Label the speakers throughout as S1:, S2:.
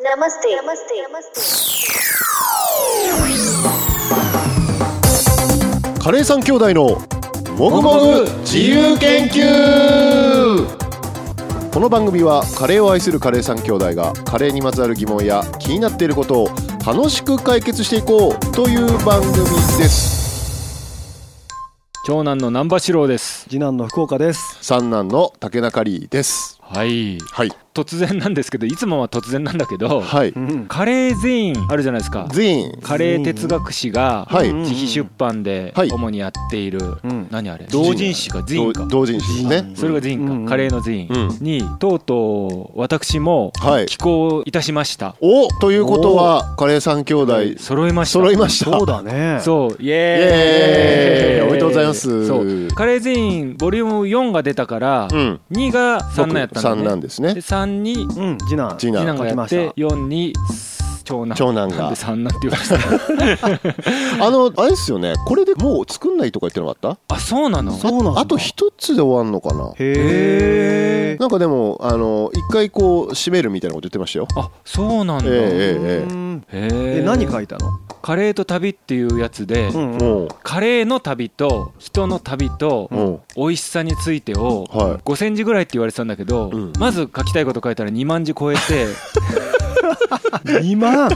S1: नमस्ते नमस्ते नमस्ते
S2: カレーさん兄弟のもぐもぐ自由研究この番組はカレーを愛するカレーさん兄弟がカレーにまつわる疑問や気になっていることを楽しく解決していこうという番組です
S3: 長男の南波四郎です
S4: 次男の福岡です。
S2: 三男の竹中里です
S3: はい
S2: はい
S3: 突然なんですけどいつもは突然なんだけど、
S2: はい
S4: うん。
S3: カレー全員あるじゃないですか
S2: 全員
S3: カレー哲学誌が
S2: はい
S3: 自費出版で
S2: はい
S3: 主にやっている、
S4: ん
S3: 何あれ同人誌か全員か
S2: 同同人誌ですね
S3: それが全員か、
S4: うん
S3: カレーの全員、
S2: うん
S3: にとうとう私も
S2: はい
S3: 寄稿いたしました、
S2: おということはカレーさん兄弟
S3: 揃いました
S2: 揃いました
S4: そうだね。
S3: そうイエー
S2: イエーイ
S3: イ
S2: おめでとうございます
S3: そうカレー全員ボリューム4が出たから、
S2: うん
S3: 2が3男やったんだ、ね、
S2: 三男ですね
S3: で3に
S4: うん。次男。
S2: 次
S3: 次
S2: 男
S3: 男がやっ
S4: 書き
S3: て
S4: ました
S3: 4に長男
S2: 長男が
S3: なんで三男って言われたの
S2: あのあれですよねこれでもう作んないとか言ってなかった
S3: あそうなの
S4: そうなんだ
S2: あと一つで終わんのかな
S4: へえ。
S2: なんかでもあの一回こう締めるみたいなこと言ってましたよ
S3: あそうなんだ、
S2: ええ
S4: うん
S3: へえ
S4: え何書いたの？
S3: カレーと旅っていうやつで、
S4: ん
S2: もう
S3: カレーの旅と人の旅と
S2: うん
S3: 美味しさについてを
S2: はい
S3: 5千字ぐらいって言われてたんだけど、
S2: うん
S3: まず書きたいこと書いたら2万字超えて
S4: 二万。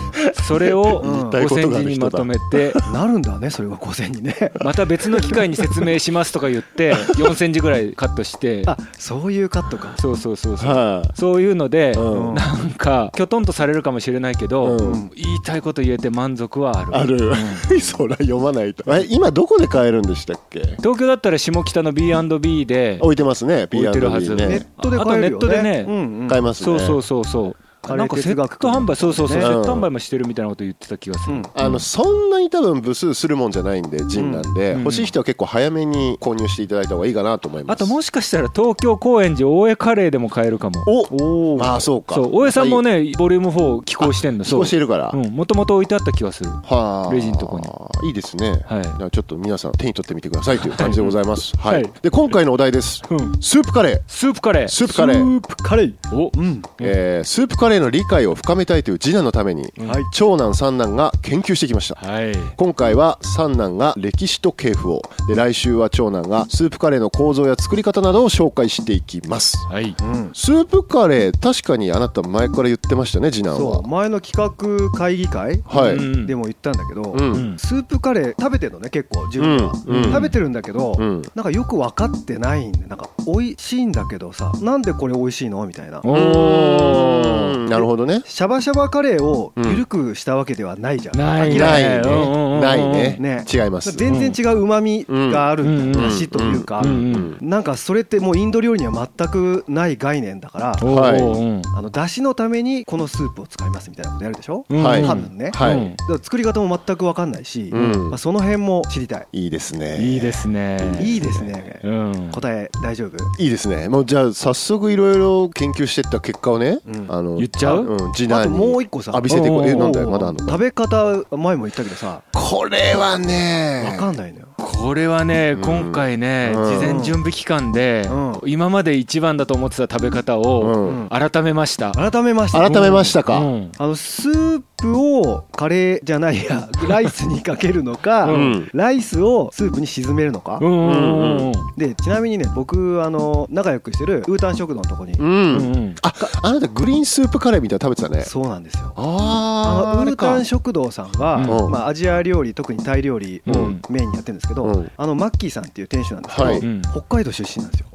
S3: それを
S4: うん
S3: 5千字にまとめて
S4: なるんだね。それが午前にね。
S3: また別の機会に説明しますとか言って4千字ぐらいカットして
S4: あ、そういうカットか。
S3: そうそうそうそう、
S2: は
S3: そういうので、
S2: い、う
S4: うんん
S3: なんかきょとんとされるかもしれないけ
S2: う
S3: ど、
S2: ん
S3: 言いたいこと言えて満足はある
S2: ある、 そりゃ読まないとえ今どこで買えるんでしたっけ
S3: 東京だったら下北の B&B で
S2: 置いてますね
S3: 置
S2: P&B
S3: いてるはず
S4: ネ
S2: ね
S4: ットで買えるよ
S3: あとネ
S4: ね。
S3: ットでね
S4: うんうん。
S2: 買えますね
S3: そうそうそうそう
S4: カレ
S3: な
S4: ー
S3: んかセ
S4: 哲学
S3: ット販売そうそうそう、
S4: ね
S3: セット販売もしてるみたいなこと言ってた気がす
S4: う
S3: る、
S4: ん。
S2: あのそんなに多分部数するもんじゃないんで人なんで、
S3: うん
S2: 欲しい人は結構早めに購入していただいた方がいいかなと思います
S3: あともしかしたら東京高円寺大江カレーでも買えるかも
S2: おおああそうか
S3: そう大江さんも
S2: ね
S3: ね、ボリューム4寄稿してんの
S2: 少しして
S3: る
S2: るから、
S3: うんもともと置いてあった気がするは
S2: はあ
S3: レジのとこ
S2: いいですね、
S3: い、
S2: じゃあちょっと皆さん手に取ってみてくださいという感じでございます。は、
S3: はいい
S2: で今回のお題です。
S3: うん、
S2: スープカレー、
S3: スープカレー
S2: スープカレー、
S4: ープカレー。
S3: お
S4: うん。
S2: えースープカレーの理解を深めたいという次男のために、
S4: はい。
S2: 長男三男が研究してきました。
S3: はい
S2: 今回は三男が歴史と系譜をで来週は長男がスープカレーの構造や作り方などを紹介していきます
S3: はい
S4: うん。
S2: スープカレー確かにあなた前から言ってましたね次男
S4: そ
S2: は
S4: う。前の企画会議会
S2: はい、うん
S3: ん
S4: でも言ったんだけど。
S2: う
S3: うんん
S4: スープカレー食べてるのね結構自分は、
S2: うん
S4: 食べてるんだけど、
S2: うん
S4: なんかよく分かってないんでなんか美味しいんだけどさなんでこれ美味しいのみたいな
S3: おー
S2: なるほどね
S4: シャバシャバカレーを緩くしたわけではないじゃん、
S3: ないね
S2: ないね
S3: うんうんうんうん
S2: ないね
S4: ね
S2: 違います
S4: 全然違ううまみがある
S3: うんん
S4: だ
S3: うん
S4: だしというか、
S3: うん
S2: うん
S4: なんかそれってもうインド料理には全くない概念だから
S3: おー
S2: はい
S3: うん
S4: あのだしのためにこのスープを使いますみたいなことやるでしょ、
S3: うん
S2: はい
S4: 多分ね、
S2: はい、
S3: うん
S4: だから作り方も全く分かんないし、
S2: うん
S4: まあ、その辺も知りたい
S2: いいですね
S3: いいですね
S4: いいですね
S3: うん
S4: 答え大丈夫
S2: いいですねもうじゃあ早速いろいろ研究してった結果をね、
S4: うん
S2: あの、
S3: 言っちゃうん
S2: 次
S4: あと
S2: 男に
S4: もう一個さ
S2: 浴びせてい
S3: お
S2: く
S3: う
S2: え
S3: おう
S2: なんだよまだあんの
S4: 食べ方前も言ったけどさ
S2: これは
S4: 分
S2: ね
S4: かんないのよ、
S3: これはね、
S2: うん
S3: 今回ね、
S2: うん
S3: 事前準備期間で、
S4: う
S3: 今まで一番だと思ってた食べ方
S2: う
S3: を
S2: ん、
S4: うん
S3: 改めました、
S4: 改めまして
S2: 改めましたか、
S3: うん
S4: あのスープをカレーじゃないや ライスにかけるのか、
S2: うん
S4: ライスをスープに沈めるのか、
S3: うんうんうんうん
S4: でちなみにね僕あの仲良くしてるウータン食堂のとこに、
S2: うん
S3: うんうん
S2: ああなたグリーンスープカレーみたいなの食べてたね
S4: そうなんですよ
S2: あ
S4: あ
S2: ー
S4: の
S2: あ
S4: ウ
S2: れ
S4: ータ
S2: か
S4: ン食堂さんは、
S2: うん
S4: まあ、アジア料理特にタイ料理を
S3: うん
S4: メインにやってるんですけど、
S2: うん
S4: あのマッキーさんっていう店主なんですけど、
S2: はい
S3: うん
S4: 北海道出身なんですよ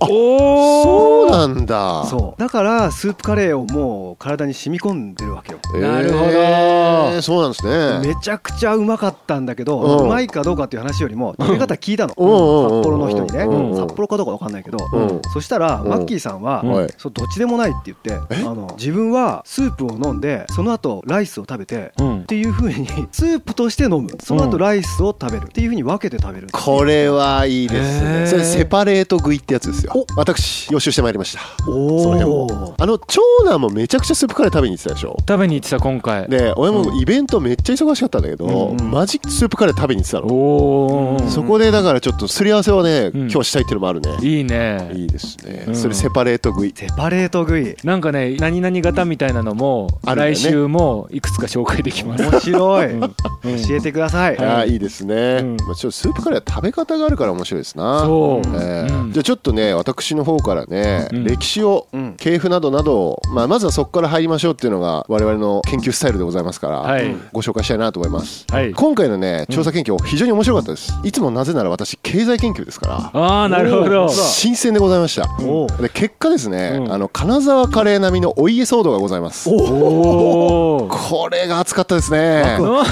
S3: お
S2: そう
S3: ー
S2: なんだ
S4: そうだからスープカレーをもう体に染み込んでるわけよ
S2: えー
S3: なるほど
S2: そうなんですね
S4: めちゃくちゃうまかったんだけど、
S2: う
S4: うんまいかどうかっていう話よりも食べ方聞いたの、
S2: うんうん
S4: 札幌の人にね、
S2: うん
S4: 札幌かどうかわかんないけど、
S2: うん
S4: そしたら
S2: うん
S4: マッキーさんは、
S3: うん
S2: はい
S4: そうどっちでもないって言って
S2: え
S4: あの自分はスープを飲んでその後ライスを食べて
S3: う
S4: っ
S3: ん
S4: ていうふうに スープとして飲むその
S3: う
S4: 後
S3: ん
S4: ライスを食べるっていうふうに分けて食べる
S2: これはいいです
S3: へ
S2: ね
S3: ー
S2: それセパレート食いってやつですよ私予習してまいりました
S4: お
S2: その辺
S4: お
S2: もあの長男もめちゃくちゃスープカレー食べに行ってたでしょ
S3: 食べにに行ってた今回
S2: で俺もイベントめっちゃ忙しかったんだけど、
S4: うんうん
S2: マジックスープカレー食べに行ってたの、
S3: お
S4: うん
S3: お
S2: そこでだからちょっとすり合わせはね、
S3: うん
S2: 今日したいっていうのもあるね、
S3: いいね
S2: いいですね、
S3: うん
S2: それセパレート食い
S4: セパレート食い
S3: なんかね何々型みたいなのも
S2: あるんだよね
S3: 来週もいくつか紹介できます
S4: 面白い、
S3: うん
S4: 教えてください、
S2: あーいいですね、
S3: うん
S2: まあ、ちょっとスープカレーは食べ方があるから面白いですな
S3: そう
S2: えー
S3: うん
S2: じゃあちょっとね私の方からね、
S3: うん
S2: 歴史を、
S4: うん
S2: 系譜などなどを、まあ、まずはそこから入りましょうっていうのが我々の研究スタイルでございますから、
S3: はい
S2: ご紹介したいなと思います
S3: はい
S2: 今回のね調査研究非常に面白かったですいつもなぜなら私経済研究ですから
S3: ああなるほど
S4: おーそう
S2: 新鮮でございました
S4: おう
S2: で結果ですね、
S3: うん
S2: あの金沢カレー並みのお家騒動がございます
S3: おお
S2: これが熱かったですね
S4: ワ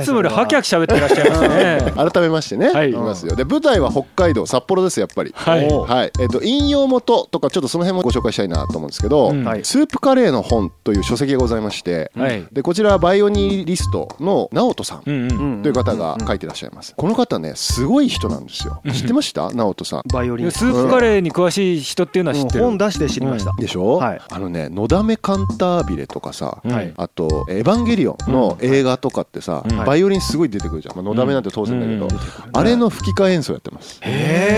S3: いつもよりハキハキ喋ってらっしゃいますね
S2: 改めましてね、、
S3: はいい
S2: きますよで舞台は北海道札幌ですやっぱり
S3: はい
S4: おう
S2: はいえっと引用元とかちょっとその辺もご紹介したいなと思うんですけど、
S3: うん
S4: はい
S2: スープカレーの本という書籍がございまして、
S3: はい
S2: でこちらはバイオニリストの直人さん
S3: うんうん
S2: という方が書い
S4: て
S2: てらっしゃいます、この方ねすごい人なんですよ
S3: うん
S2: 知ってました直人さん
S4: バイオリン
S3: スープカレーに詳しい人っていうのは知ってる
S4: 本出して知りました、
S2: でしょ、
S4: はい
S2: あのね「のだめカンタービレ」とかさ、
S3: うん
S4: はい
S2: あと「エヴァンゲリオン」の映画とかってさ、
S3: うん
S2: バイオリンすごい出てくるじゃん、まあのだめなんて当然だけど、
S3: うん
S2: あれの吹き替え演奏やってます、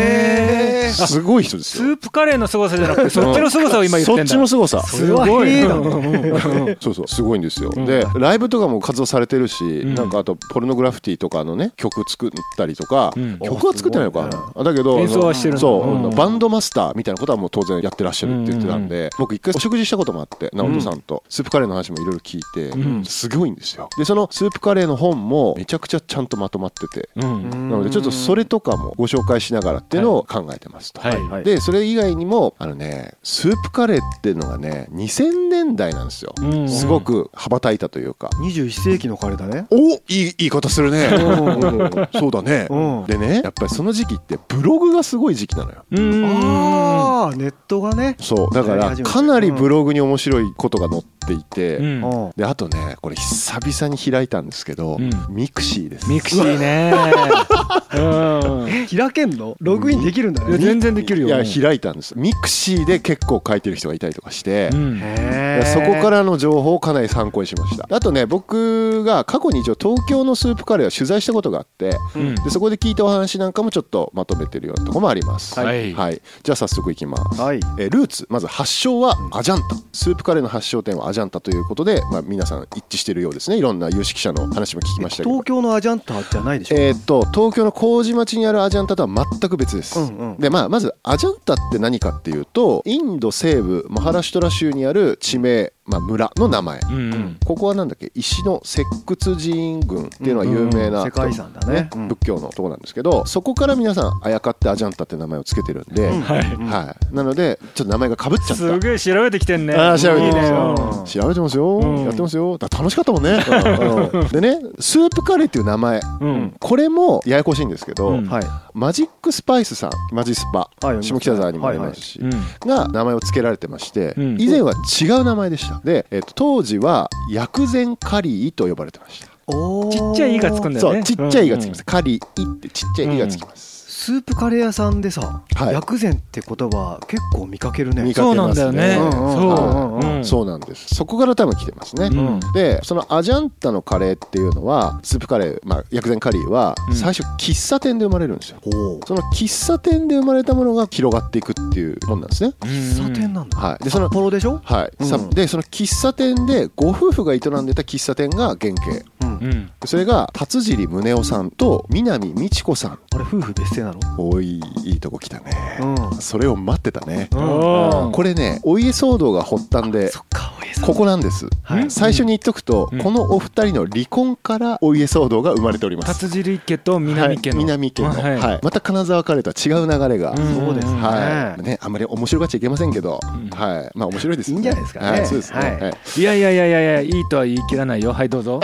S4: へえ
S2: すごい人です
S3: ス
S2: よ
S3: ープカレーの凄さじゃなくてそっちの凄さを今言って
S2: そ
S3: んだ
S2: っちの凄さ
S4: それはへえだね
S2: そうそうすごいんですよ、
S3: ん
S2: でライブとかも活動されてるし、
S3: ん
S2: なんかあとポルノグラフィティとかのね曲作ったりとか、
S3: うん
S2: 曲は作ってないのか
S4: お
S2: な、
S4: す
S2: だけど
S3: 演奏はしてるんだ
S2: そう、
S3: うん
S2: バンドマスターみたいなことはもう当然やってらっしゃるって言ってたんで、僕一回お食事したこともあって直人さんと、スープカレーの話もいろいろ聞いて、
S3: うん
S2: すごいんですよでそのスープカレーの本もめちゃくちゃちゃんとまとまってて、
S3: うん
S2: なのでちょっとそれとかもご紹介しながらっていうのを考えてますと、
S3: はい
S4: はいはい
S2: でそれ以外にもあのねスープカレーっていうのがね2000年代なんですよ、
S3: うん
S2: すごく羽ばたいたというか、
S4: 21世紀のカレーだね
S2: おいい言い方するね、うんそうだね、
S4: うん
S2: でねやっぱりその時期ってブログがすごい時期なのよ
S3: うん
S4: ああネットがね
S2: そうだか
S4: やり
S2: ら
S4: 始めて
S2: かなりブログに面白いことが載っていて、
S3: うん
S4: うん
S2: であとねこれ久々に開いたんですけど、
S3: うん
S2: ミクシーです
S3: ミクシーねうん
S4: 開けんのログインできるんだ
S3: いや
S4: ね
S3: 全然できるよ
S2: いや開いたんですミクシーで結構書いてる人がいたりとかして、
S3: うん
S4: へえ
S2: そこからの情報をかなり参考にしましたあとね僕が過去に一応東京のスープカレーを取材したことがあって
S3: うん
S2: でそこで聞いたお話なんかもちょっとまとめてるようなとこもあります
S3: はい
S2: じゃあ早速いきます、
S4: はい
S2: えールーツまず発祥はアジャンタスープカレーの発祥点はアジャンタということで、まあ、皆さん一致してるようですねいろんな有識者の話も聞きましたけど
S4: 東京のアジャンターじゃないでしょ
S2: えーっと東京の麹町にあるアジャンタとは全く別です、
S4: うんうん
S2: でまあ、まずアジャンタって何かっていうとインド西部マハラシュトラ州にある地名、まあ、村の名前、
S3: うんうん
S2: ここはなんだっけ石の石窟寺院群っていうのは有名な、
S4: 世界遺産だね
S2: ね
S4: うん
S2: 仏教のとこなんですけどそこから皆さんあやかってアジャンタって名前をつけてるんで、
S4: うん
S3: はい
S2: はい、なのでちょっと名前がかぶっちゃった
S3: すげえ調べてきてんね
S2: あー調べて
S3: い
S2: き
S3: い
S2: てる
S3: ね
S4: うん
S2: 調べてますよ、
S3: うん
S2: やってますよだから楽しかったもんね、うんでねスープカレーっていう名前
S3: うん
S2: これもややこしいんですけど、
S3: うん
S4: はい
S2: マジックスパイスさんマジスパ
S4: あ読みます
S2: 下
S4: ね
S2: 北沢にもありますし、
S3: うん
S2: が名前を付けられてまして、
S3: うん
S2: 以前は違う名前でしたで、えっと当時は薬膳カリーと呼ばれてました、
S4: おー
S3: ちっちゃい「い」がつくんだ
S2: そ
S3: よ
S2: う
S3: ね
S2: ちっちゃい「い」がつきます、カリーってちっちゃい「い」がつきます、
S4: スープカレー屋さんでさ
S2: はい
S4: 薬膳って言葉結構見かけるね
S2: 見
S3: うんそうなんだよね
S2: うん
S4: うんうん
S3: そう
S4: うん
S3: うん
S2: そうなんですそこから多分来てますね、
S3: うん
S2: でそのアジャンタのカレーっていうのはスープカレー、まあ、薬膳カリーは
S3: うん
S2: 最初喫茶店で生まれるんですよ、
S4: おお
S2: その喫茶店で生まれたものが広がっていくっていうもんなんですね、
S4: 喫茶店なんだ
S2: はい、で
S4: で
S2: そ
S4: 札
S2: の
S4: 幌でしょ
S2: はい、
S4: うん
S2: さでその喫茶店でご夫婦が営んでた喫茶店が原型
S4: うん
S3: うん
S2: それが辰尻宗男さんと南美智子さん
S4: あれ夫婦別姓なの
S2: おいいいとこ来たね
S4: うん
S2: それを待ってたね
S3: おー
S2: これねお家騒動が発端で
S4: そっかおやさん
S2: ここなんです
S4: はい
S3: ん
S2: 最初に言っとくと、
S3: うん
S2: このお二人の離婚からお家騒動が生まれております
S3: 達尻家と南家の
S2: はい南家の、は
S3: はいい
S2: また金沢カレーとは違う流れが、
S3: ん
S4: そうですね
S2: はいね、あんまり面白がっちゃいけませんけど、
S3: うん
S2: はいまあ面白いですよ
S4: いいんじゃないですかね
S2: はい、そうですね、
S4: はい
S2: はい
S3: いやいやいやいやいやいいとは言い切らないよはいどうぞ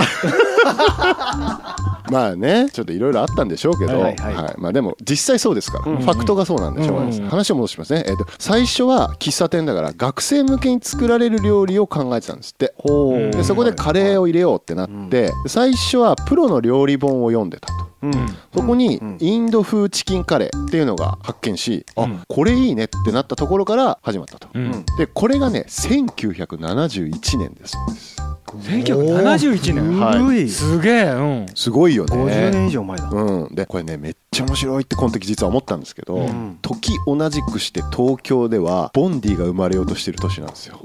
S2: まあねちょっといろいろあったんでしょうけど、は
S4: はいいはいはい
S2: まあ、でも実際そうですから、
S4: うん
S2: ファクトがそうなんでしょうがないです、
S3: うん
S2: 話を戻しますね、えっと最初は喫茶店だから学生向けに作られる料理を考えてたんですって
S4: ほ
S3: うん
S2: でそこでカレーを入れようってなって、
S4: うん
S2: で最初はプロの料理本を読んでたと
S4: うん
S2: そこに
S4: うん
S2: インド風チキンカレーっていうのが発見し、
S3: うん
S2: あこれいいねってなったところから始まったと、
S3: う
S4: うんん
S2: でこれがね1971年ですそうです
S4: お
S3: 1971年
S2: はい
S4: 古い
S3: すげえうん
S2: すごいよね
S4: 50年以上前だ、
S2: うん、でこれねめっちゃ面白いってこの時実は思ったんですけど、
S4: うん
S2: 時同じくして東京ではボンディが生まれようとしてる年なんですよ。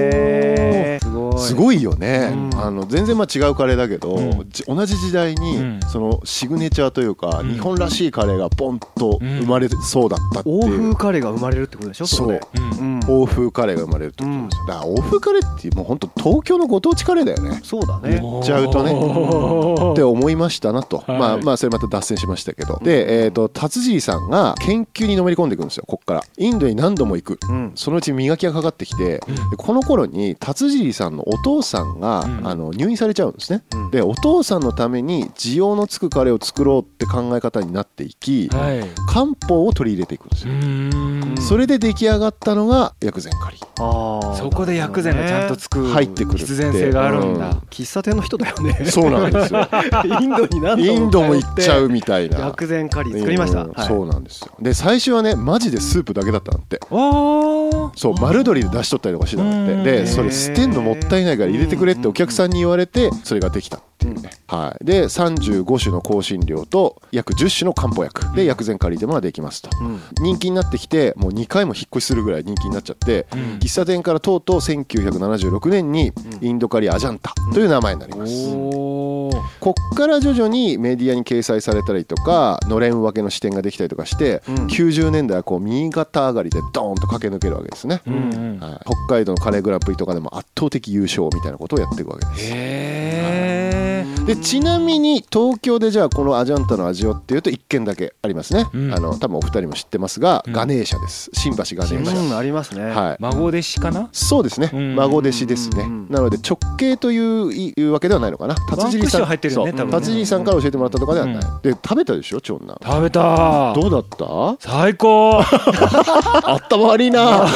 S4: へえすごい
S2: すごいよね、
S4: うん
S2: あの全然まあ違うカレーだけど、
S3: うん
S2: じ同じ時代に、
S3: うん
S2: そのシグネチャーというか、
S3: うん
S2: 日本らしいカレーがポンと生まれそうだったっていう、
S4: 欧風カレーが生まれるってことでしょこで
S3: うん
S4: うん
S2: 欧風カレーが生まれるってことですよ、だから欧風カレーってもう本当東京のご当地カレーだよね
S4: そうだ
S3: 言
S4: ね
S2: っちゃうとね
S3: おー
S2: って思いましたなと、
S3: はい
S2: まあまあそれまた脱線しましたけど、で、えー、と達人さんが研究にのめり込んでいくんですよこっからインドに何度も行く
S4: うん
S2: そのうち磨きがかかってきて、
S3: うん
S2: でこの頃に達尻さんのお父さんが、
S3: うん
S2: あの入院されちゃうんですね、
S4: うん
S2: でお父さんのために需要のつくカレーを作ろうって考え方になっていき、
S3: はい
S2: 漢方を取り入れていくんです
S3: う
S2: よ、
S3: ーん
S2: それで出来上がったのが薬膳カリー
S4: あー
S3: そこで薬膳がちゃんとつく
S2: 入ってくるって
S3: 必然性があるんだ
S4: 喫茶店の人だよね
S2: そうなんです よ
S4: インドに何度も
S2: インドも行っちゃ
S4: う
S2: うみたいな
S4: 薬膳カリー作りました、
S2: うん
S4: はい
S2: そうなんですよで最初はねマジでスープだけだったんだって
S3: お
S2: そう丸鶏で出しとったりとかしてたんだっ
S3: うん
S2: てでそれ捨てんのもったいないから入れてくれってお客さんに言われてそれができたっていうね、はい、で35種の香辛料と約10種の漢方薬で薬膳カリーでもできますと
S4: うん
S2: 人気になってきてもう2回も引っ越しするぐらい人気になっちゃって
S3: うん
S2: 喫茶店からとうとう1976年にインドカリーアジャンタという名前になります
S3: おー
S2: こっから徐々にメディアに掲載されたりとかのれん分けの視点ができたりとかして、
S4: うん
S2: 90年代はこう右肩上がりでドーンと駆け抜けるわけですね、
S3: うんうん
S2: はい、北海道のカレーグランプリとかでも圧倒的優勝みたいなことをやっていくわけです
S3: へー
S2: でちなみに東京でじゃあこのアジャンタの味をっていうと1軒だけありますね、
S3: うん
S2: あの多分お二人も知ってますが、
S3: うん
S2: ガネーシャです新橋ガネーシ
S4: う
S2: ャ、
S4: んありますね、
S2: はい
S3: 孫弟子かな
S2: そうですね、
S3: うん
S2: 孫弟子ですね、
S4: うんうん
S2: なので直系といういいうわけではないのかな達尻さん
S3: ワンクッション入ってるよね
S2: そう
S3: 多分ね
S2: 達尻さんから教えてもらったとかではない、
S3: うん
S2: で食べたでしょ長男
S3: 食べた
S2: どうだった
S3: 最 高
S2: あったま悪い な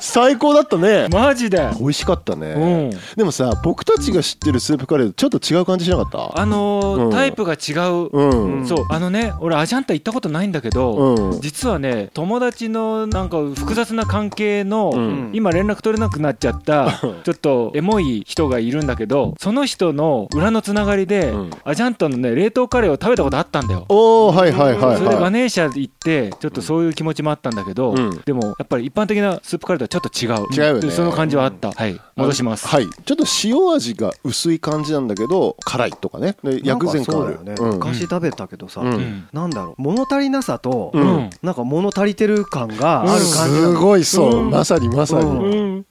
S2: 最高だったね
S3: マジで
S2: 美味しかった
S3: う
S2: ね、
S3: ん
S2: でもさ僕たちが知ってるスープカレーとちょっと違う感じしなかった
S3: あのー
S2: うん
S3: タイプが違う、
S2: うん
S3: そうあのね俺アジャンタ行ったことないんだけど、
S2: うん
S3: 実はね友達のなんか複雑な関係の、
S2: うん
S3: 今連絡取れなくなっちゃったちょっとエモい人がいるんだけどその人の裏のつながりで、
S2: うん
S3: アジャンタのね冷凍カレーを食べたことあったんだよ。
S2: おおはいはいはい
S3: それでガ
S2: はい
S3: ネーシャ行ってちょっとそういう気持ちもあったんだけど、
S2: うん
S3: でもやっぱり一般的なスープカレーとはちょっと違う
S2: 違うよね
S3: でその感じはあった、はい戻します、
S2: はいちょっと塩味が薄い感じなんだけど辛いとかねで薬膳感ある
S4: なんかそうだよ
S2: う
S4: ね
S2: ん
S4: 昔食べたけどさ、
S2: うん
S3: うん
S4: なんだろう物足りなさと、
S2: うん
S3: うん
S4: なんか物足りてる感がある感じな
S2: す
S4: の
S2: ごいそう、
S4: うん
S2: まさにまさ
S4: う
S2: に、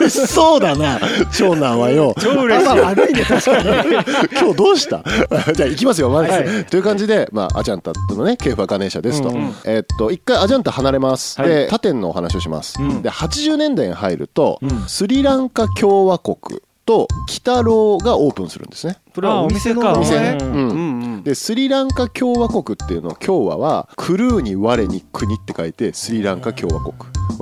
S2: 嬉しそうだな長男はよ
S3: 超嬉しい
S4: 頭悪いね確かに
S2: 今日どうした じゃあ行きますよまず、
S4: はい
S2: という感じで、まあ、アジャンタとのねケーフはガネーシャですと、
S3: うんうん
S2: えっと一回アジャンタ離れます、
S3: はい
S2: で他店のお話をします、
S3: うん
S2: で80年代に入ると、
S3: うん
S2: スリランカ共和国と北郎がオープンするんですね
S4: それはお店の名
S3: あ
S2: お
S4: 前
S2: 店
S3: お
S2: ね う
S3: 前
S2: ん
S4: うんうん
S2: でスリランカ共和国っていうのは共和はクルーに我に国って書いてスリランカ共和国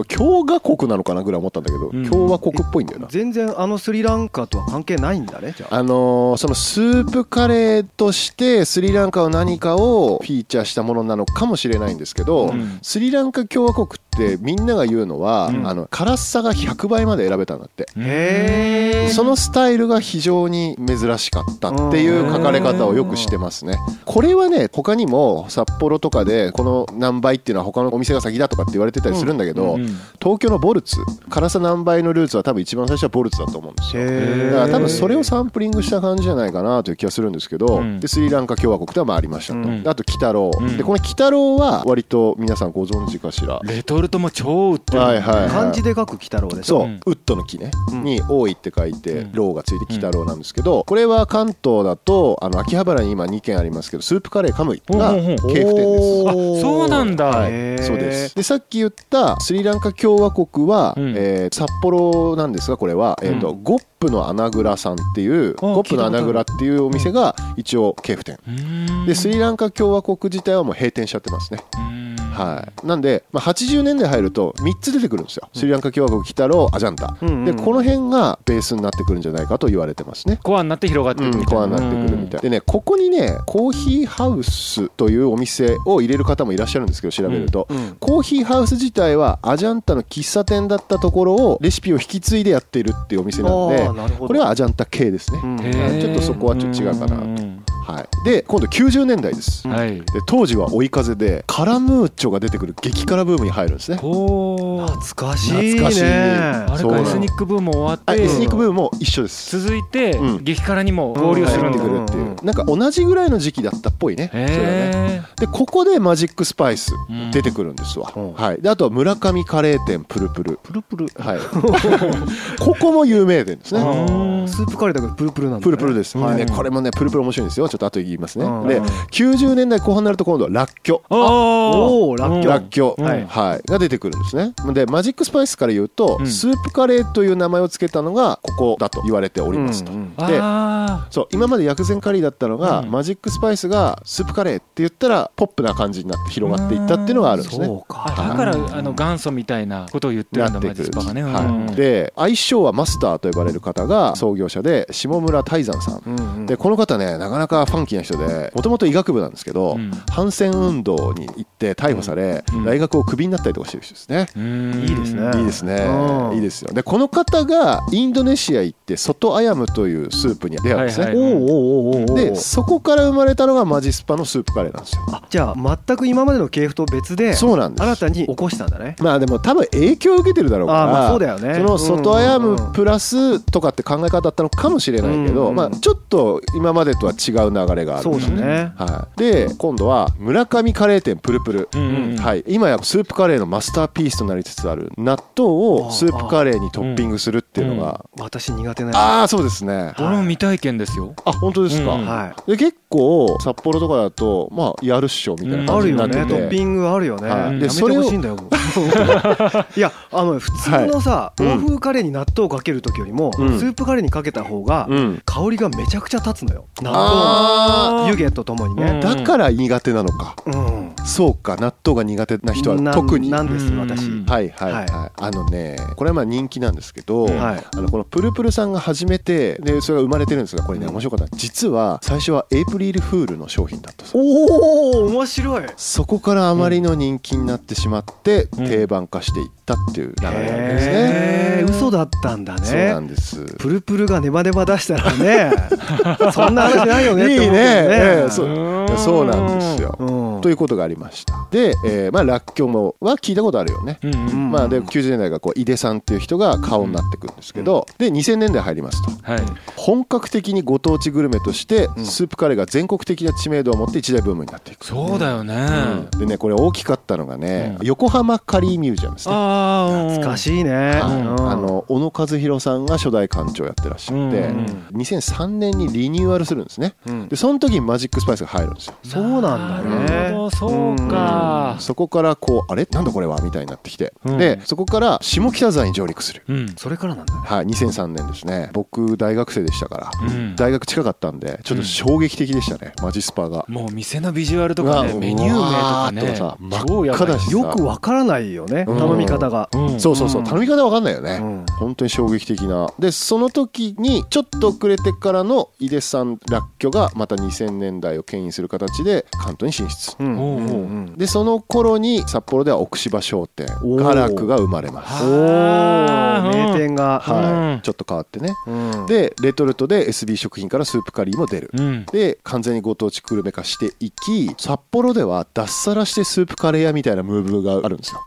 S2: 共和国なのかなぐらい思ったんだけど、
S3: うん
S2: 共和国っぽいんだよな
S4: 全然あのスリランカとは関係ないんだねじゃあ
S2: あのーそのスープカレーとしてスリランカの何かをフィーチャーしたものなのかもしれないんですけど、
S3: うん
S2: スリランカ共和国ってみんなが言うのは、
S3: うん
S2: あの辛さが100倍まで選べたんだって、
S4: へ
S2: そのスタイルが非常に珍しかったっていう書かれ方をよくしてますねこれはね他にも札幌とかでこの何倍っていうのは他のお店が先だとかって言われてたりするんだけど、
S3: うん
S2: 東京のボルツ辛さ何倍のルーツは多分一番最初はボルツだと思うんですよ
S4: へ
S2: だから多分それをサンプリングした感じじゃないかなという気がするんですけど、
S3: うん
S2: でスリランカ共和国ではまあありましたと、
S3: うん
S2: であと北郎、
S3: うん
S2: でこの北郎は割と皆さんご存知かしら、
S3: レトルトも超売ってる
S2: はいはい
S4: 漢字で書く鬼太郎でしょ
S2: そう、
S3: うん
S2: ウッドの木ね、
S4: うん
S2: に「多い」って書いて
S3: う
S2: 「
S3: ん
S2: 郎」がついて「北郎」なんですけど、これは関東だとあの秋葉原に今2軒ありますけどスープカレーカムイが
S3: ほうほうほう
S2: 系譜店です。
S3: あそうなんだ、
S2: は
S4: へ
S2: い、
S4: ー
S2: そうですでさっき言ったスリランカ共和国は、
S3: うん
S2: えー札幌なんですがこれは、えーと
S3: う
S2: ゴップの穴蔵さんっていうゴップの穴蔵っていうお店が一応系譜店
S3: うーん
S2: でスリランカ共和国自体はもう閉店しちゃってますね、
S3: うーん
S2: はい、なんで、まあ、80年代入ると3つ出てくるんですよ、スリランカ共和国キタローアジャンタ、
S4: うんうん
S2: でこの辺がベースになってくるんじゃないかと言われてますね
S3: コアになって広がって
S2: う
S3: いく
S2: ん、
S3: みたい
S2: コ
S3: な、
S2: アになってくるみたいでねここにねコーヒーハウスというお店を入れる方もいらっしゃるんですけど調べると、
S4: うんうん
S2: コーヒーハウス自体はアジャンタの喫茶店だったところをレシピを引き継いでやっているっていうお店なん
S4: あー
S2: で
S4: なるほど
S2: これはアジャンタ系ですね、
S4: うん
S3: へー
S2: ちょっとそこはちょっと違うかな
S3: うん
S2: はい、で今度90年代です、
S4: うん
S3: はい
S2: で当時は追い風でカラムーチョが出てくる激辛ブームに入るんですね
S3: おー
S4: 懐かしいね
S2: 懐かしい
S3: あれ
S2: そうな
S3: か
S2: の
S3: エスニックブーム終わっ
S2: あ
S3: て
S2: エスニックブームも一緒です
S3: 続いて
S2: うん
S3: 激辛にも合流するん
S2: 入って
S3: だ
S2: くるっていう、
S4: うん
S2: なんか同じぐらいの時期だったっぽいねそれはね
S3: へ
S2: でここでマジックスパイス
S3: うん
S2: 出てくるんですわ、
S4: うん
S2: はい、であとは村上カレー店プルプル、
S4: プルプル
S2: はい、 ここも有名店です
S4: あ
S2: ね
S4: ースープカレーだけどプルプルなんだね
S2: プルプルです、
S4: うん
S2: はいねこれもねプルプル面白いんですよちょっと後で言いますね、
S4: うん
S2: で90年代後半になると今度はらっきょ
S3: お
S4: おーラッキョ
S2: らっきょ、
S3: うん
S2: はいが出てくるんですねでマジックスパイスから言うと、
S3: うん
S2: スープカレーという名前を付けたのがここだと言われておりますと、
S4: うんうん
S2: で
S3: あ
S2: そう今まで薬膳カリーだったのが、
S3: うん
S2: マジックスパイスがスープカレーって言ったらポップな感じになって広がっていったっていうのがあるんですね
S4: そう
S3: ー
S4: か
S3: あだからあの元祖みたいなことを言ってるん
S2: な
S3: だ
S2: って
S3: マ
S2: く
S3: ジ
S2: る
S3: スパがね、うん
S2: はい、で愛称はマスターと呼ばれる方が創業者で下村泰山さん、
S4: うんうん
S2: でこの方ねなかなかファンキーな人でもともと医学部なんですけど、
S3: うん
S2: 反戦運動に行って逮捕され、
S3: うん
S2: 大学をクビになったりとかしてる人ですね、
S3: うん
S4: いいですね
S2: いいですね、
S4: うん
S2: いいですよでこの方がインドネシア行ってソトアヤムというスープに出会うんですね、
S3: はい
S4: おー
S3: はい
S4: おーおーおーお
S2: で
S4: ー
S2: そこから生まれたのがマジスパのスープカレーなんですよ
S4: あじゃあ全く今までの系譜と別で
S2: そうなんです
S4: 新たに起こしたんだね
S2: まあでも多分影響を受けてるだろうから
S4: あーまあそうだよね
S2: その外あや
S4: うんうんう
S2: む
S4: ん
S2: プラスとかって考え方だったのかもしれないけ
S4: うん
S2: ど、
S4: うん
S2: まあ、ちょっと今までとは違う流れがある
S4: そうだね
S2: はい、で今度は村上カレー店プルプル、
S3: うんうん
S2: はい、今やスープカレーのマスターピースとなりつつある納豆をスープカレーにトッピングするっていうのが
S4: 私苦手なや
S2: ああーそうですね
S3: 俺も未体験ですよ
S2: あ本当ですか、
S3: う
S4: つ
S3: ん
S4: は
S2: で結構札幌とかだとまあやるっしょみたい
S3: うん
S2: な
S4: あ
S2: 感じ
S4: る
S2: にな
S4: よ
S2: ってて、
S4: ねトッピングあるよね、
S2: はい
S4: うん
S2: で
S4: やめて
S2: それを
S4: ほしいんだよもう いやあの普通のさ、
S2: はいうん
S4: 欧風カレーに納豆をかける時よりも、
S2: うん
S4: スープカレーにかけた方が、
S2: うん
S4: 香りがめちゃくちゃ立つのよ納
S2: あ
S4: 豆の湯気とともにね
S2: だから苦手なのか
S4: うん、
S2: そうか納豆が苦手な人は
S4: な
S2: 特に
S4: な
S2: は
S4: んです
S3: うん
S4: 私、
S3: うん
S2: いはいは
S4: はいい
S2: あのねこれはまあ人気なんですけど、
S3: うん
S4: はい
S2: あのこのプルプルさんが始めてでそれが生まれてるんですがこれね面白かった実は最初はエイプリルフールの商品だったそう
S4: おお面白いへ
S2: そこからあまりの人気になってしまって
S3: うん
S2: 定番化していったっていう流れなんですね、
S4: え嘘だったんだ
S2: そうな
S4: ね
S2: んです
S4: プルプルがネバネバ出したら ねそんな話ないよねって思うけど
S2: いいねええそ
S3: うん
S2: そうなんですよ
S4: うん
S2: ということがありましたで、えーまあらっきょうもは聞いたことあるよね
S3: うんうん
S4: うん
S2: まあ、で90年代がこう井出さんっていう人が顔になってくるんですけど、で2000年代入りますと
S3: はい
S2: 本格的にご当地グルメとして
S4: うん
S2: スープカレーが全国的な知名度を持って一大ブームになっていく
S3: そうだよね、
S2: うんでねこれ大きかったのがね、
S3: うん
S2: 横浜カリーミュージアムですね
S3: ああ
S4: 懐か
S3: い
S4: しいね、
S2: はい
S4: うん
S2: あの小野和弘さんが初代館長やってらっしゃって、
S3: うん
S2: 2003年にリニューアルするんですね
S4: うん
S2: でその時にマジックスパイスが入るんですよ
S4: そうなんだね
S3: なるほどそうか
S2: そこからこうあれなんだこれはみたいになってきて、
S3: うん
S2: でそこから下北沢に上陸する
S3: うん
S4: それからなんだね
S2: はい、2003年ですね僕大学生でしたから、
S3: うん
S2: 大学近かったんでちょっと衝撃的でしたね、マジスパが。
S3: もう店のビジュアルとかね
S2: うわ
S3: メニュー名とかね
S2: うわーっとさ
S3: 超やばい
S2: 真っ赤だし
S4: よくわからないよね
S2: うん
S4: 頼み方が
S3: うん
S2: そうそうそう頼み方わかんないよね、
S4: うん
S2: 本当に衝撃的なでその時にちょっと遅れてからの井出さんらっきょがまた2000年代を牽引する形で関東に進出、
S4: うん
S3: おうおう
S4: うん
S2: でその頃に札幌では奥芝商店
S4: おー
S2: ガラクが生まれます
S4: お
S3: あー
S4: ー名店が
S2: は
S3: うん
S2: いちょっと変わってね
S4: うん
S2: でレトルトで SB 食品からスープカリーも出る、
S3: うん
S2: で完全にご当地グルメ化していき札幌では脱サラしてスープカレー屋みたいなムーブがあるんですよ、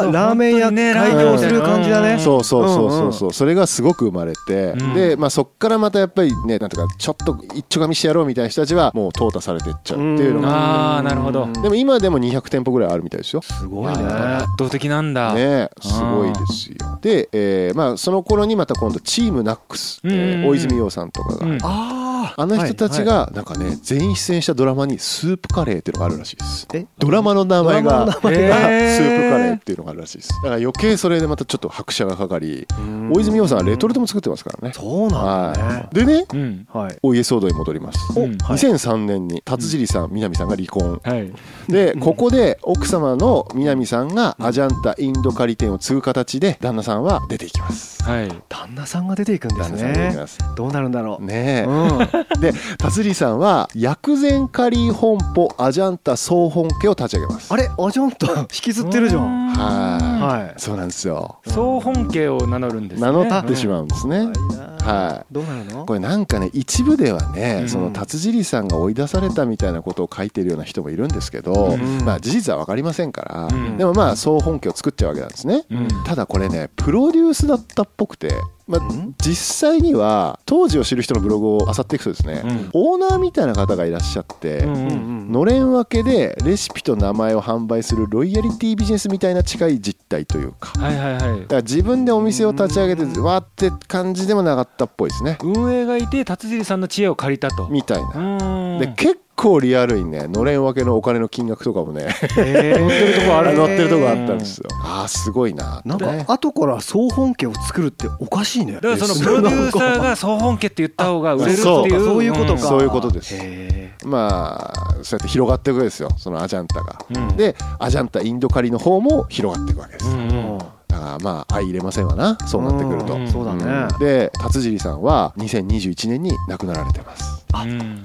S3: なるほど
S4: ーラーメン
S3: 本当にね
S4: 屋開業す
S3: ラーメン
S4: る
S3: 屋
S4: 感じだ
S3: う
S4: ね
S3: ん
S2: そうそうそうそうそうそれがすごく生まれて、
S3: うん
S2: で、まあ、そっからまたやっぱりねなんとかちょっと一丁噛みしてやろうみたいな人たちはもう淘汰されていっちゃうっていうのが、
S3: あーなるほど
S2: でも今でも200店舗ぐらいあるみたいですよ
S4: すごいね
S3: 圧倒的なんだ、
S2: ねすごいですよで、えーまあ、その頃にまた今度チームナックス、えー
S3: うんうんうん
S2: 大泉洋さんとかが、
S3: うん
S4: あ
S2: ああの人たちがなんかね全員出演したドラマにスープカレーっていうのがあるらしいです
S4: え
S2: ドラマの名前が
S4: ド
S3: ラマの名前がへー
S2: スープカレーっていうのがあるらしいですだから余計それでまたちょっと拍車がかかり大泉洋さんはレトルトも作ってますからね
S4: そうなんだね
S2: はいでね
S3: うん
S4: はい
S2: お家騒動に戻ります
S3: お
S4: はい
S2: 2003年に達尻さん南さんが離 婚
S3: はい
S2: でここで奥様の南さんがアジャンタインドカリ店を継ぐ形で旦那さんは出ていきます
S3: はい
S4: 旦那さんが出ていくんです
S2: 旦那さん出てき
S4: ね
S2: ます
S4: どうなるんだろう
S2: ねえ
S4: うん
S2: で達理さんは薬膳カリー本舗アジャンタ総本家を立ち上げます
S4: あれアジャンタ引きずってるじゃん
S2: はい
S4: は
S2: そうなんですよ
S3: い総本家を名乗るんですね
S2: 名乗ってしまうんです
S4: い
S2: ねは
S4: はいいどうなるの
S2: これなんかね一部ではね、
S3: うん
S2: その達尻さんが追い出されたみたいなことを書いてるような人もいるんですけど、
S3: うん
S2: まあ事実は分かりませんから、
S3: うん
S2: でもまあ総本家を作っちゃうわけなんですね、
S3: うん
S2: ただこれねプロデュースだったっぽくて、まあ
S4: うん、
S2: 実際には当時を知る人のブログを漁っていくとですね、
S3: うん
S2: オーナーみたいな方がいらっしゃって、
S3: うん
S4: う
S3: うんん
S4: うん
S2: のれん分けでレシピと名前を販売するロイヤリティビジネスみたいな近い実態というかだか
S3: はいはいはい
S2: ら自分でお店を立ち上げてわーって感じでもなかったっぽいですね
S3: 運営がいて達尻さんの知恵を借りたと
S2: みたいうな
S3: ーん
S2: で結構リアルにねのれん分けのお金の金額とかもね
S4: えー
S3: 乗ってるとこある
S2: 乗ってるとこあったんですよああすごいな
S4: なん
S2: ね
S4: か後から総本家を作るっておかしいね
S3: だからそのプロデューサーが総本家って言った方が売れるっていう
S2: あ
S4: そういうことか
S2: そういうことです
S4: へ
S2: まあそうやって広がっていくわけですよそのアジャンタが
S3: うん
S2: でアジャンタインドカリの方も広がっていくわけで
S3: う
S2: す
S3: んう
S4: ー
S3: ん
S2: だからまあ相入れませんわなそうなってくると
S4: んそうだね
S2: うんで達尻さんは2021年に亡くなられてます
S4: あ
S3: うん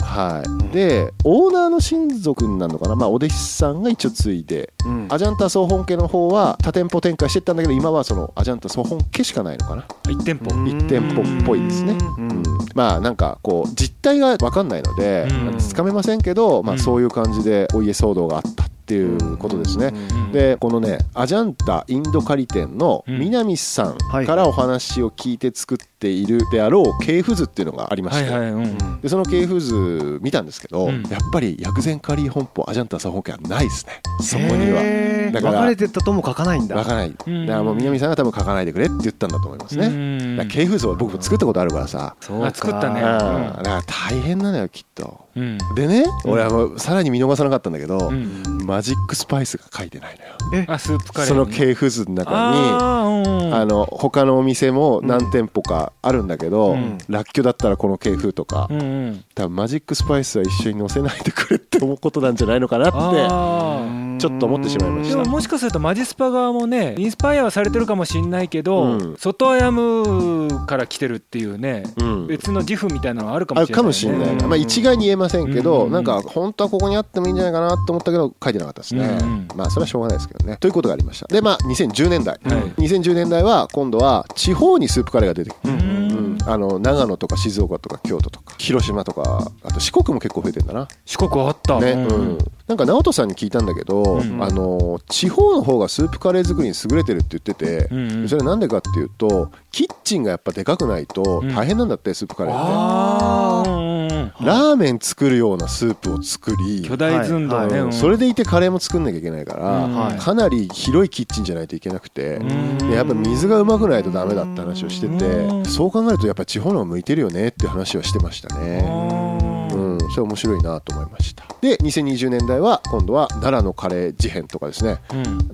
S2: はいでオーナーの親族になるのかなまあお弟子さんが一応継いで
S4: うん
S2: アジャンタ総本家の方は多店舗展開してったんだけど今はそのアジャンタ総本家しかないのかな
S3: 一店舗
S2: 一店舗っぽいですね
S4: うん
S2: うんまあなんかこう実態が分かんないので
S3: うん
S2: つかめませんけどま
S3: う
S2: あ
S3: ん
S2: そういう感じでお家騒動があったっていうことですね
S3: うん
S2: でこのねアジャンタインドカリ店の
S3: うん
S2: 南さん
S4: はい
S2: からお話を聞いて作っているであろう系譜図っていうのがありま
S3: は
S2: し
S3: いは
S2: て
S3: いうん
S2: でその系譜図見たんですけど、
S3: うん
S2: やっぱり薬膳カリー本舗アジャンタサ本家はないですねそこには
S4: は
S2: だから
S4: 分かれてたとも書かないんだ
S2: 分か
S4: れ
S2: らないだからもう南さんが多分書かないでくれって言ったんだと思います
S3: う
S2: ね、
S3: ん
S2: だから系譜図を僕も作ったことあるからさ、
S4: そうか
S3: あ作ったね
S2: うん
S3: うん
S2: だから大変なのよきっと
S3: うん
S2: でね、
S3: うん
S2: 俺はもうさらに見逃さなかったんだけど、
S3: うん
S2: マジックスパイスが書いてないのよ
S3: あスープカレー
S2: その系譜図の中に
S3: あーうん
S2: あの他のお店も何店舗かあるんだけど、
S3: うん
S2: らっきょうだったらこの系風とか、
S3: うんうん
S2: 多分マジックスパイスは一緒に乗せないでくれって思うことなんじゃないのかなって
S3: あ
S2: ちょっと思ってしまいま
S3: ー
S2: し
S3: で
S2: た
S3: ももしかするとマジスパ側もねインスパイアはされてるかもしんないけど、
S2: うん
S3: 外アヤムから来てるっていうね、
S2: うん
S3: 別の自負みたいなのはあるかも
S2: あ
S3: しれない、ね、
S2: かもしれない、
S4: うん
S2: まあ、一概に言えませんけど、
S3: うん
S2: なんか本当はここにあってもいいんじゃないかなと思ったけど書いてなかったですね、
S3: うん
S2: まあそれはしょうがないですけどねということがありましたでまあ2010年代、
S3: はい
S2: 2010年代は今度は地方にスープカレーが出てきて、
S3: うん
S2: うんあの長野とか静岡とか京都とか広島とかあと四国も結構増えてんだな
S3: 四国あった、
S2: ね
S3: う
S2: うんん、なんか直人さんに聞いたんだけど、
S3: うん
S2: あの地方の方がスープカレー作りに優れてるって言ってて、
S3: うんうん
S2: それなんでかっていうとキッチンがやっぱでかくないと
S3: うん
S2: 大変なんだって、スープカレーって
S3: あーうんうんうん
S2: ラーメン作るようなスープを作り
S3: 巨大寸胴
S4: はいはい
S3: ね、
S2: うんそれでいてカレーも作んなきゃいけないから、
S3: うん
S4: はい
S2: かなり広いキッチンじゃないといけなくて、
S3: ん
S2: でやっぱ水がうまくないとダメだって話をしてて、
S3: うん
S2: そう考えるとやっぱ地方の方が向いてるよねっていう話はしてましたね。
S3: うん
S2: うん、それ面白いなと思いましたで2020年代は今度は奈良のカレー事変とかですね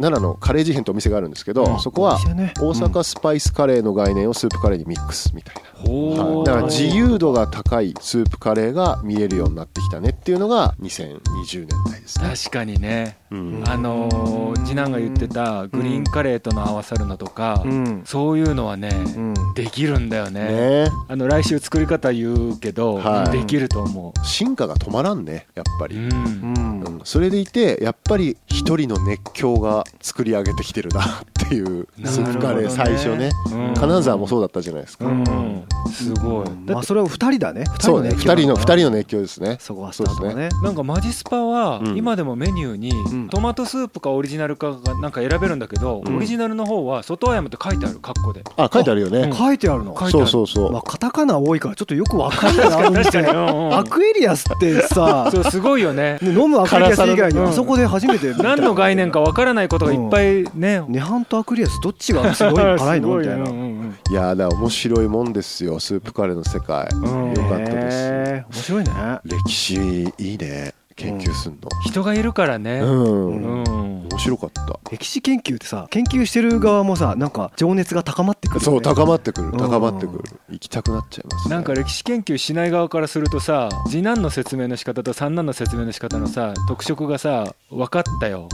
S2: 奈良のカレー事変とお店があるんですけど、
S3: うん
S2: そこは
S4: お店ね
S2: 大阪スパイスカレーの概念をスープカレーにミックスみたいな、
S3: ほ
S2: はい、
S3: ー
S2: だから自由度が高いスープカレーが見えるようになってきたねっていうのが2020年代ですね、
S3: 確かにね、
S2: うん
S3: あのー次男が言ってたグリーンカレーとの合わさるのとか、
S4: うん
S3: そういうのはね、
S4: うん
S3: できるんだよね
S2: ね
S3: あの来週作り方言うけど、
S2: はい
S3: できると思
S2: 進化が止まらんねやっぱ
S3: う、
S2: り、
S3: うん
S4: うん
S2: うんそれでいてやっぱり一人の熱狂が作り上げてきてるなっていうスープカレー最初ね
S3: うん
S2: 金沢もそうだったじゃないですか、
S3: うんすごい、
S4: まあそれは二人だね
S2: そうね2人の二人の熱狂ですね
S4: そこはスタートがね
S3: なんかマジスパは
S2: うん
S3: 今でもメニューに
S4: ん
S3: トマトスープかオリジナルかがなんか選べるんだけど、
S2: うん
S3: オリジナルの方は外アヤムって書いてある括弧で
S2: あ書いてあるよね、
S4: 書いてあるの
S3: 書いて
S2: そ
S3: ある
S2: うそうそう、
S4: まあカタカナ多いからちょっとよくわかんないなあの
S3: 確か
S4: 店
S3: に うんうん
S4: アクエリアスってさ
S3: そうすごいよね
S4: ね飲むアクエリアス以外に
S3: うん
S4: あそこで初めて
S3: 何の概念かわからないことがいっぱいね、
S4: 涅槃とアクエリアスどっちがすごい辛いのみたい な
S3: うんうんうんうん
S2: いやーだから面白いもんですよスープカレーの世界
S3: うん
S2: よかったです
S4: へー面白いね
S2: 歴史いいね研究すんの
S3: 人がいるからね
S2: うん、
S4: う
S3: うん
S2: 面白かった
S4: 歴史研究ってさ研究してる側もさなんか情熱が高まってくるよ
S2: そ
S4: ね
S2: う高まってくる
S4: うん
S2: 高まってくる行きたくなっちゃいますね
S3: なんか歴史研究しない側からするとさ次男の説明の仕方と三男の説明の仕方のさ特色がさ分かったよ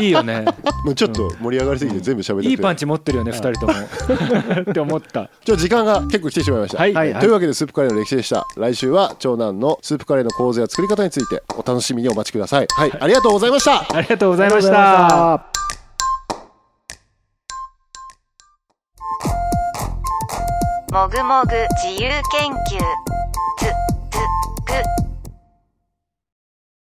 S3: いいよね
S2: もうちょっと盛り上がりすぎて全部喋って
S3: いいパン
S2: チ
S3: チ持ってるよね二人とも って思った
S2: ちょっと時間が結構来てしまいました
S3: はい、
S4: はい
S2: というわけでスープカレーの歴史でした来週は長男のスープカレーの構図や作り方についてお楽しみにお待ちくださいはいありがとうございました
S3: ありがとうございまし
S4: ありがとうござい
S3: た
S4: ました
S1: もぐもぐ自由研究つつく